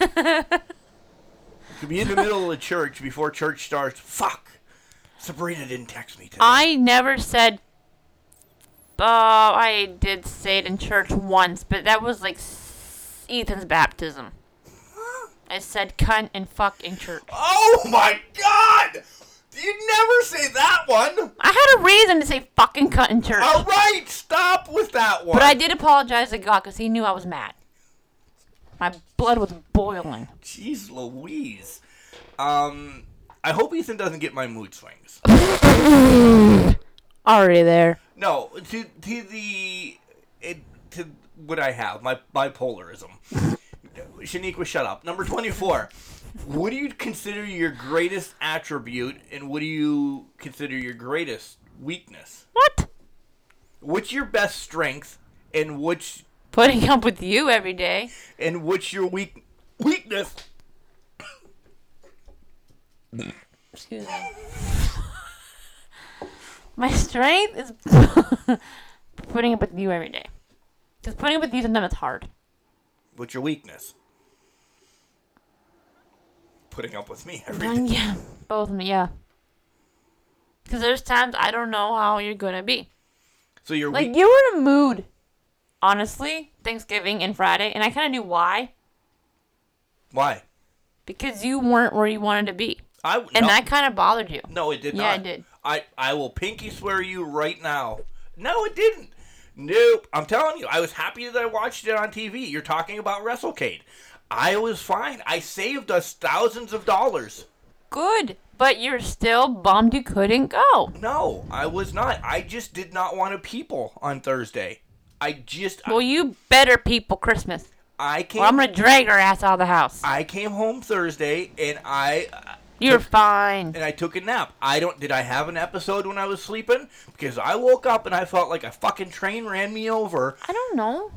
Speaker 1: You could be in the middle of church before church starts. Fuck, Sabrina didn't text me today.
Speaker 2: I never said. Oh, I did say it in church once, but that was like s- Ethan's baptism. I said cunt and fuck in church.
Speaker 1: Oh my god! You'd never say that one!
Speaker 2: I had a reason to say fucking cunt in church,
Speaker 1: Alright, stop with that one!
Speaker 2: but I did apologize to God because he knew I was mad. My blood was boiling.
Speaker 1: Jeez Louise. Um, I hope Ethan doesn't get my mood swings.
Speaker 2: Already there.
Speaker 1: No, to, to the. It, to what I have, my bipolarism. Shaniqua, shut up. Number 24. What do you consider your greatest attribute, and what do you consider your greatest weakness?
Speaker 2: What?
Speaker 1: What's your best strength, and what's
Speaker 2: Putting up with you every day.
Speaker 1: And what's your weak weakness?
Speaker 2: Excuse me. My strength is putting up with you every day. Because putting up with you sometimes it's hard.
Speaker 1: What's your weakness? Putting up with me every day.
Speaker 2: Um, yeah, both of me, yeah. Because there's times I don't know how you're gonna be.
Speaker 1: So your
Speaker 2: Like
Speaker 1: weak-
Speaker 2: you were in a mood, honestly, Thanksgiving and Friday, and I kind of knew why.
Speaker 1: why?
Speaker 2: Because you weren't where you wanted to be,
Speaker 1: I w-
Speaker 2: and
Speaker 1: no,
Speaker 2: that kind of bothered you.
Speaker 1: no, it did not.
Speaker 2: Yeah, it did.
Speaker 1: I I will pinky swear you right now. No, it didn't. Nope. I'm telling you, I was happy that I watched it on TV. You're talking about WrestleCade. I was fine. I saved us thousands of dollars.
Speaker 2: Good, but you're still bummed you couldn't go.
Speaker 1: No, I was not. I just did not want to people on Thursday. I just
Speaker 2: Well, you better people Christmas.
Speaker 1: I came
Speaker 2: Or I'm gonna drag her ass out of the house.
Speaker 1: I came home Thursday and I
Speaker 2: You're fine.
Speaker 1: and I took a nap. I don't did I have an episode when I was sleeping because I woke up and I felt like a fucking train ran me over.
Speaker 2: I don't know.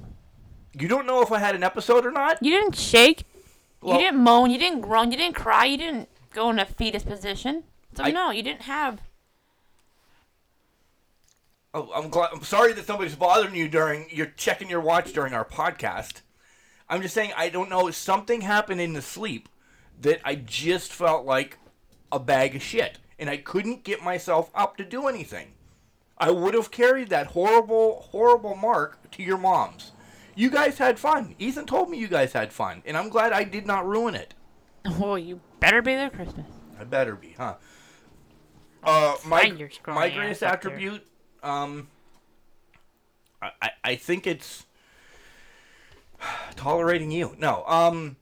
Speaker 1: You don't know if I had an episode or not?
Speaker 2: You didn't shake.
Speaker 1: Well-
Speaker 2: you didn't moan. You didn't groan. You didn't cry. You didn't go in a fetus position. So
Speaker 1: I-
Speaker 2: no, you didn't have.
Speaker 1: Oh, I'm glad, I'm sorry that somebody's bothering you during you're checking your watch during our podcast. I'm just saying I don't know something happened in the sleep that I just felt like a bag of shit and I couldn't get myself up to do anything. I would have carried that horrible horrible mark to your mom's. You guys had fun. Ethan told me you guys had fun and I'm glad I did not ruin it.
Speaker 2: Oh, you better be there Christmas.
Speaker 1: I better be, huh? Uh, my
Speaker 2: Find your scrawny
Speaker 1: my
Speaker 2: ass
Speaker 1: greatest
Speaker 2: up there.
Speaker 1: attribute, um, I, I I think it's tolerating you. No, um,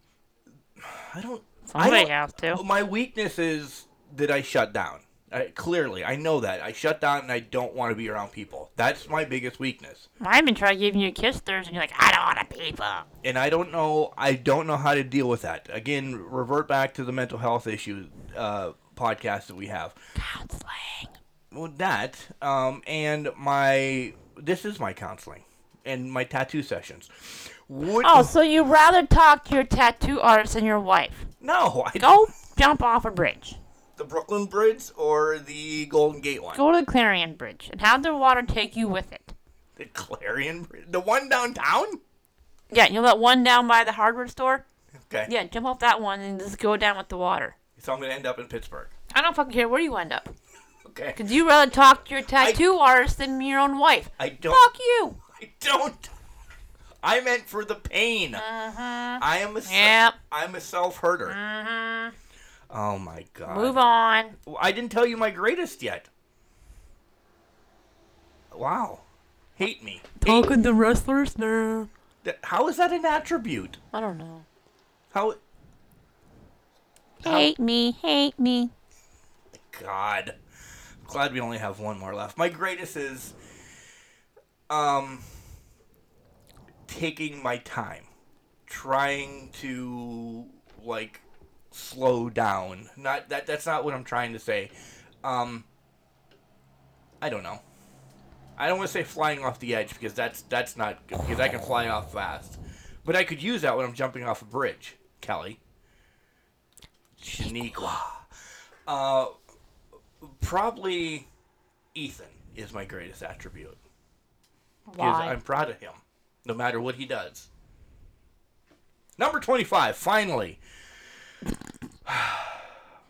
Speaker 1: I don't. I
Speaker 2: Somebody
Speaker 1: don't,
Speaker 2: has to.
Speaker 1: my weakness is that I shut down. I, clearly, I know that I shut down and I don't want to be around people. That's my biggest weakness.
Speaker 2: I've been trying giving you a kiss Thursday, and you're like, I don't want to people.
Speaker 1: and I don't know I don't know how to deal with that. Again, revert back to the mental health issue uh, podcast that we have.
Speaker 2: Counseling.
Speaker 1: Well, that um, and my this is my counseling and my tattoo sessions. Would
Speaker 2: Oh, so you rather talk to your tattoo artist than your wife?
Speaker 1: no, I
Speaker 2: Go jump off a bridge.
Speaker 1: the Brooklyn Bridge or the Golden Gate one,
Speaker 2: Go to the Clarion Bridge and have the water take you with it.
Speaker 1: the Clarion Bridge, the one downtown.
Speaker 2: Yeah, you know that one down by the hardware store?
Speaker 1: Okay,
Speaker 2: Yeah, jump off that one and just go down with the water.
Speaker 1: so I'm gonna end up in Pittsburgh.
Speaker 2: I don't fucking care where you end up.
Speaker 1: Okay,
Speaker 2: Because you rather talk to your tattoo artist than your own wife.
Speaker 1: I don't.
Speaker 2: Fuck you.
Speaker 1: I don't. I meant for the pain. I am a.
Speaker 2: Uh-huh. Yep. Uh-huh.
Speaker 1: am a self herder. Oh my god.
Speaker 2: Move on.
Speaker 1: Well, I didn't tell you my greatest yet. Wow. Hate me. Hate-
Speaker 2: to wrestlers now.
Speaker 1: th- How is that an attribute?
Speaker 2: I don't know.
Speaker 1: How?
Speaker 2: Hate me, hate me.
Speaker 1: God. Glad we only have one more left. My greatest is, um, taking my time, trying to like slow down. Not that. That's not what I'm trying to say. Um, I don't know. I don't want to say flying off the edge because that's that's not good because I can fly off fast, but I could use that when I'm jumping off a bridge, Kelly. Shaniqua. Uh, probably Ethan is my greatest attribute because
Speaker 2: Why?
Speaker 1: I'm proud of him, no matter what he does. Number 25, finally.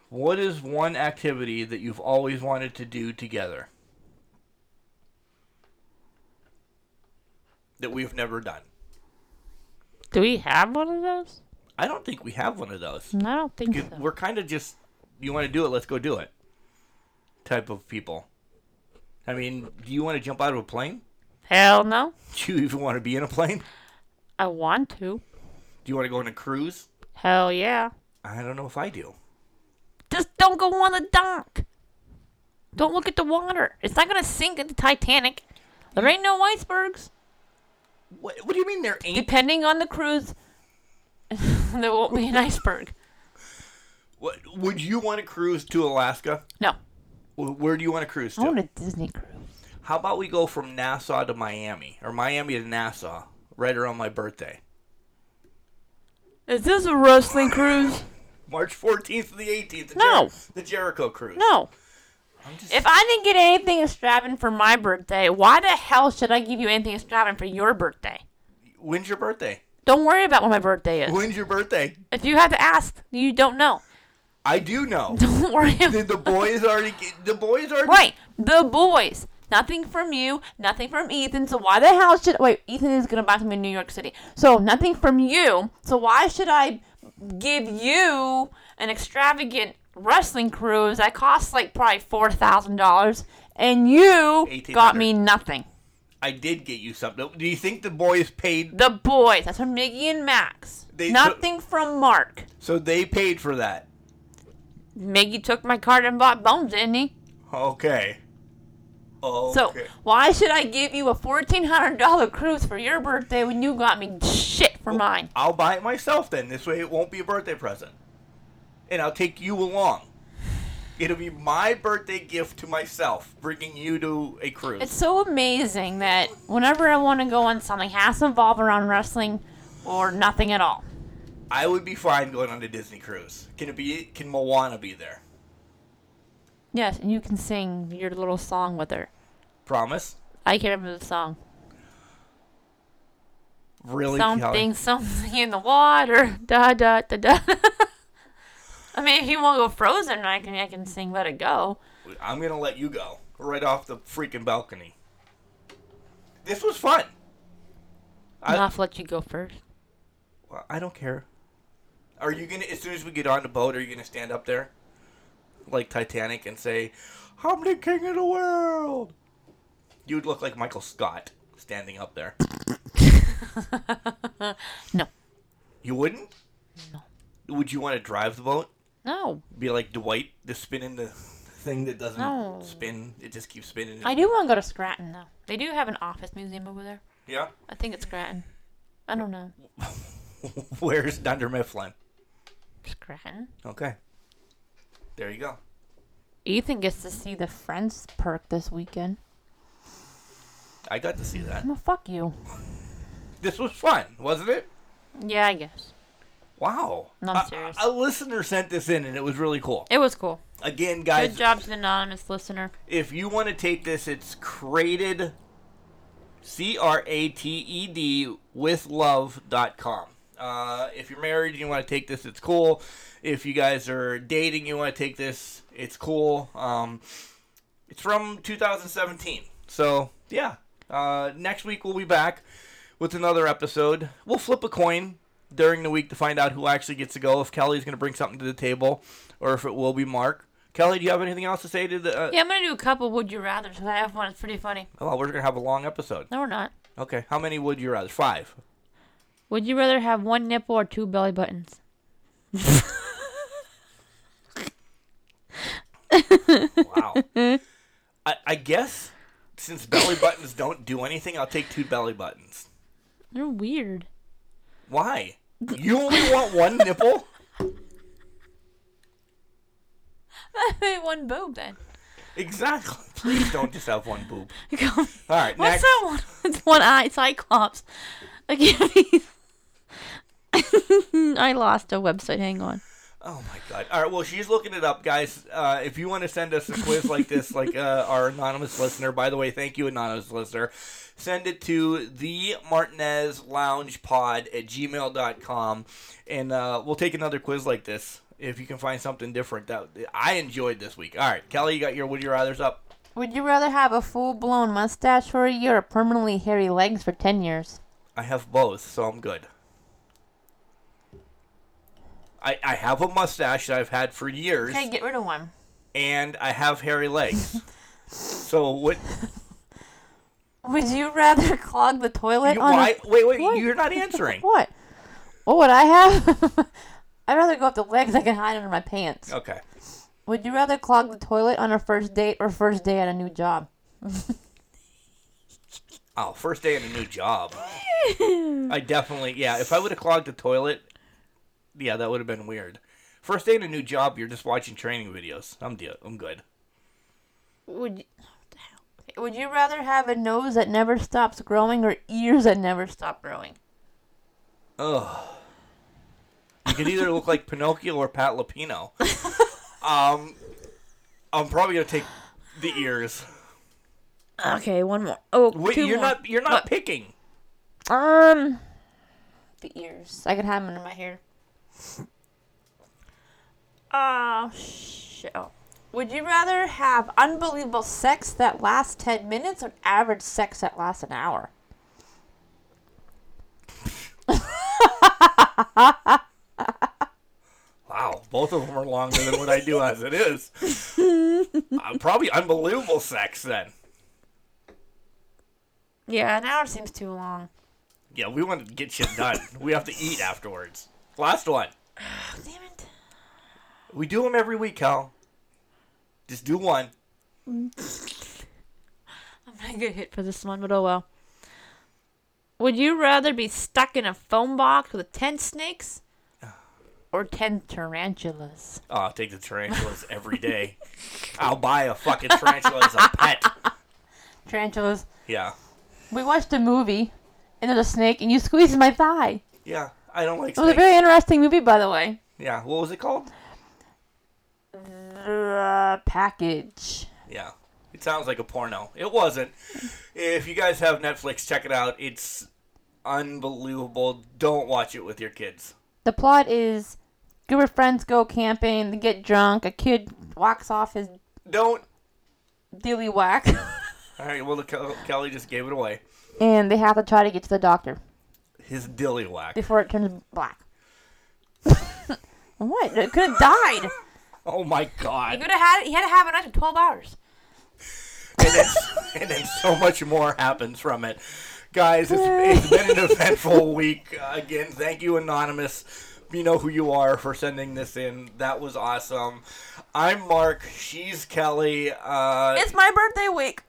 Speaker 1: what is one activity that you've always wanted to do together? That we've never done.
Speaker 2: Do we have one of those?
Speaker 1: I don't think we have one of those.
Speaker 2: I don't think
Speaker 1: It-
Speaker 2: so.
Speaker 1: We're kind of just, you want to do it, let's go do it type of people. I mean, do you want to jump out of a plane?
Speaker 2: Hell no.
Speaker 1: Do you even want to be in a plane?
Speaker 2: I want to.
Speaker 1: Do you want to go on a cruise?
Speaker 2: Hell yeah.
Speaker 1: I don't know if I do.
Speaker 2: Just don't go on the dock. Don't look at the water. It's not gonna sink at the Titanic. There ain't no icebergs.
Speaker 1: What, what do you mean there ain't?
Speaker 2: Depending on the cruise, there won't be an iceberg.
Speaker 1: What, would you want to cruise to Alaska?
Speaker 2: No.
Speaker 1: Wh- Where do you want to cruise
Speaker 2: I want
Speaker 1: to?
Speaker 2: a Disney cruise.
Speaker 1: How about we go from Nassau to Miami or Miami to Nassau right around my birthday?
Speaker 2: Is this a wrestling cruise?
Speaker 1: March 14th to the 18th. The
Speaker 2: No.
Speaker 1: the Jericho cruise.
Speaker 2: No.
Speaker 1: I'm just,
Speaker 2: If I didn't get anything extravagant for my birthday, why the hell should I give you anything extravagant for your birthday?
Speaker 1: When's your birthday?
Speaker 2: Don't worry about what my birthday is.
Speaker 1: When's your birthday?
Speaker 2: If you had to ask, you don't know.
Speaker 1: I do know.
Speaker 2: Don't worry.
Speaker 1: the, the boy is already. The boy is already.
Speaker 2: Right, the boys. Nothing from you, nothing from Ethan. So why the hell should wait? Ethan is gonna buy something in New York City. So nothing from you. So why should I give you an extravagant wrestling cruise that costs like probably four thousand dollars, and you got me nothing.
Speaker 1: I did get you something. Do you think the boys paid?
Speaker 2: The boys. That's from Miggy and Max.
Speaker 1: They-
Speaker 2: nothing from Mark.
Speaker 1: So they paid for that.
Speaker 2: Miggy took my card and bought bones, didn't he?
Speaker 1: Okay. Okay.
Speaker 2: So why should I give you a fourteen hundred dollar cruise for your birthday when you got me shit for mine?
Speaker 1: I'll buy it myself then. This way it won't be a birthday present. And I'll take you along. It'll be my birthday gift to myself, bringing you to a cruise.
Speaker 2: It's so amazing that whenever I want to go on something, it has to involve around wrestling or nothing at all.
Speaker 1: I would be fine going on a Disney cruise. Can it be? Can Moana be there?
Speaker 2: Yes, and you can sing your little song with her.
Speaker 1: Promise.
Speaker 2: I can't remember the song.
Speaker 1: Really? Kelly?
Speaker 2: Something, something in the water. Da da da da. I mean, if you want to go frozen, I can I can sing "Let It Go."
Speaker 1: I'm gonna let you go right off the freaking balcony. This was fun. I-
Speaker 2: I, will have to let you go first.
Speaker 1: Well, I don't care. Are you gonna? As soon as we get on the boat, are you gonna stand up there? like Titanic and say, "I'm the king of the world," you would look like Michael Scott standing up there.
Speaker 2: No.
Speaker 1: You wouldn't? No. Would you want to drive the boat?
Speaker 2: No.
Speaker 1: Be like Dwight, the spinning the thing that doesn't
Speaker 2: No.
Speaker 1: spin. It just keeps spinning.
Speaker 2: I do want to go to Scranton, though. They do have an office museum over there.
Speaker 1: yeah.
Speaker 2: I think it's Scranton. I don't know.
Speaker 1: Where's Dunder Mifflin?
Speaker 2: Scranton?
Speaker 1: Okay. There you go.
Speaker 2: Ethan gets to see the Friends perk this weekend.
Speaker 1: I got to see that.
Speaker 2: Well, fuck you.
Speaker 1: This was fun, wasn't it?
Speaker 2: Yeah, I guess.
Speaker 1: Wow.
Speaker 2: No, I'm
Speaker 1: A-
Speaker 2: serious.
Speaker 1: A, listener sent this in and it was really cool.
Speaker 2: It was cool.
Speaker 1: Again,
Speaker 2: Good
Speaker 1: guys,
Speaker 2: job to the anonymous listener.
Speaker 1: if you want to take this, it's crated C R A T E D with love.com. Uh, if you're married and you want to take this, it's cool. If you guys are dating, you want to take this, it's cool. Um, it's from 2017. So, yeah. Uh, next week, we'll be back with another episode. We'll flip a coin during the week to find out who actually gets to go, if Kelly's going to bring something to the table, or if it will be Mark. Kelly, do you have anything else to say to the. Uh,
Speaker 2: Yeah, I'm gonna do a couple would you rather because I have one. It's pretty funny.
Speaker 1: Oh, we're gonna have a long episode.
Speaker 2: No, we're not.
Speaker 1: Okay, how many would you rather? Five.
Speaker 2: Would you rather have one nipple or two belly buttons?
Speaker 1: Wow. I, I guess since belly buttons don't do anything, I'll take two belly buttons.
Speaker 2: They're weird.
Speaker 1: Why? You only want one nipple?
Speaker 2: one boob then.
Speaker 1: Exactly. Please don't just have one boob. All right, next.
Speaker 2: What's that one? It's one eye cyclops. I can't. I lost a website. Hang on.
Speaker 1: Oh my god. All right, well, she's looking it up, guys. Uh, if you want to send us a quiz like this, like uh, our anonymous listener, by the way, thank you, anonymous listener. Send it to the Martinez Lounge Pod at gmail.com, and uh, we'll take another quiz like this if you can find something different. That I enjoyed this week. All right, Kelly, you got your Would You Rathers up?
Speaker 2: Would you rather have a full blown mustache for a year or permanently hairy legs for 10 years?
Speaker 1: I have both, so I'm good. I, I have a mustache that I've had for years.
Speaker 2: Okay, get rid of one.
Speaker 1: and I have hairy legs. so what?
Speaker 2: Would you rather clog the toilet
Speaker 1: You,
Speaker 2: on
Speaker 1: why?
Speaker 2: a.
Speaker 1: Wait, wait.
Speaker 2: What?
Speaker 1: You're not answering.
Speaker 2: What? What would I have? I'd rather go up the legs I can hide under my pants.
Speaker 1: Okay.
Speaker 2: Would you rather clog the toilet on a first date or first day at a new job?
Speaker 1: Oh, first day in a new job. I definitely, yeah. If I would have clogged the toilet, yeah, that would have been weird. First day in a new job, you're just watching training videos. I'm de- I'm good.
Speaker 2: Would you, oh, would you rather have a nose that never stops growing or ears that never stop growing?
Speaker 1: Ugh. You could either look like Pinocchio or Pat Lapino. Um, I'm probably gonna take the ears.
Speaker 2: Okay, one more. Oh,
Speaker 1: Wait,
Speaker 2: two
Speaker 1: you're
Speaker 2: more.
Speaker 1: not you're not picking.
Speaker 2: Um, the ears. I could hide them under my hair. Oh shit! Oh. Would you rather have unbelievable sex that lasts ten minutes or average sex that lasts an hour?
Speaker 1: Wow, both of them are longer than what I do as it is. Uh, probably unbelievable sex then.
Speaker 2: Yeah, an hour seems too long.
Speaker 1: Yeah, we want to get shit done. We have to eat afterwards. Last one.
Speaker 2: Oh, damn it!
Speaker 1: We do them every week, Cal. Just do one.
Speaker 2: I'm gonna get hit for this one, but oh well. Would you rather be stuck in a phone box with ten snakes or ten tarantulas?
Speaker 1: Oh, I'll take the tarantulas every day. I'll buy a fucking tarantula as a pet.
Speaker 2: Tarantulas.
Speaker 1: Yeah.
Speaker 2: We watched a movie, and there's a snake, and you squeezed my thigh.
Speaker 1: Yeah, I don't like
Speaker 2: It was a
Speaker 1: snakes.
Speaker 2: very interesting movie, by the way.
Speaker 1: Yeah, what was it called?
Speaker 2: The package.
Speaker 1: Yeah. It sounds like a porno. It wasn't. If you guys have Netflix, check it out. It's unbelievable. Don't watch it with your kids.
Speaker 2: The plot is group of friends go camping, they get drunk, a kid walks off his
Speaker 1: Don't.
Speaker 2: dilly whack,
Speaker 1: All right. Well, the Kel- Kelly just gave it away.
Speaker 2: and they have to try to get to the doctor
Speaker 1: His dilly whack.
Speaker 2: before it turns black. what? It could have died.
Speaker 1: Oh my
Speaker 2: He
Speaker 1: god.
Speaker 2: would have had. He had to have it after twelve hours.
Speaker 1: and, then, and then so much more happens from it. Guys, it's, it's been an eventful week. Uh, again, thank you, Anonymous. You know who you are for sending this in. That was awesome. I'm Mark. She's Kelly. Uh,
Speaker 2: It's my birthday week.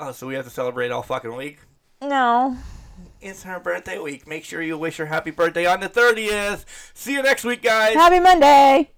Speaker 1: oh, so we have to celebrate all fucking week.
Speaker 2: No.
Speaker 1: It's her birthday week. Make sure you wish her happy birthday on the 30th. See you next week, guys.
Speaker 2: Happy Monday.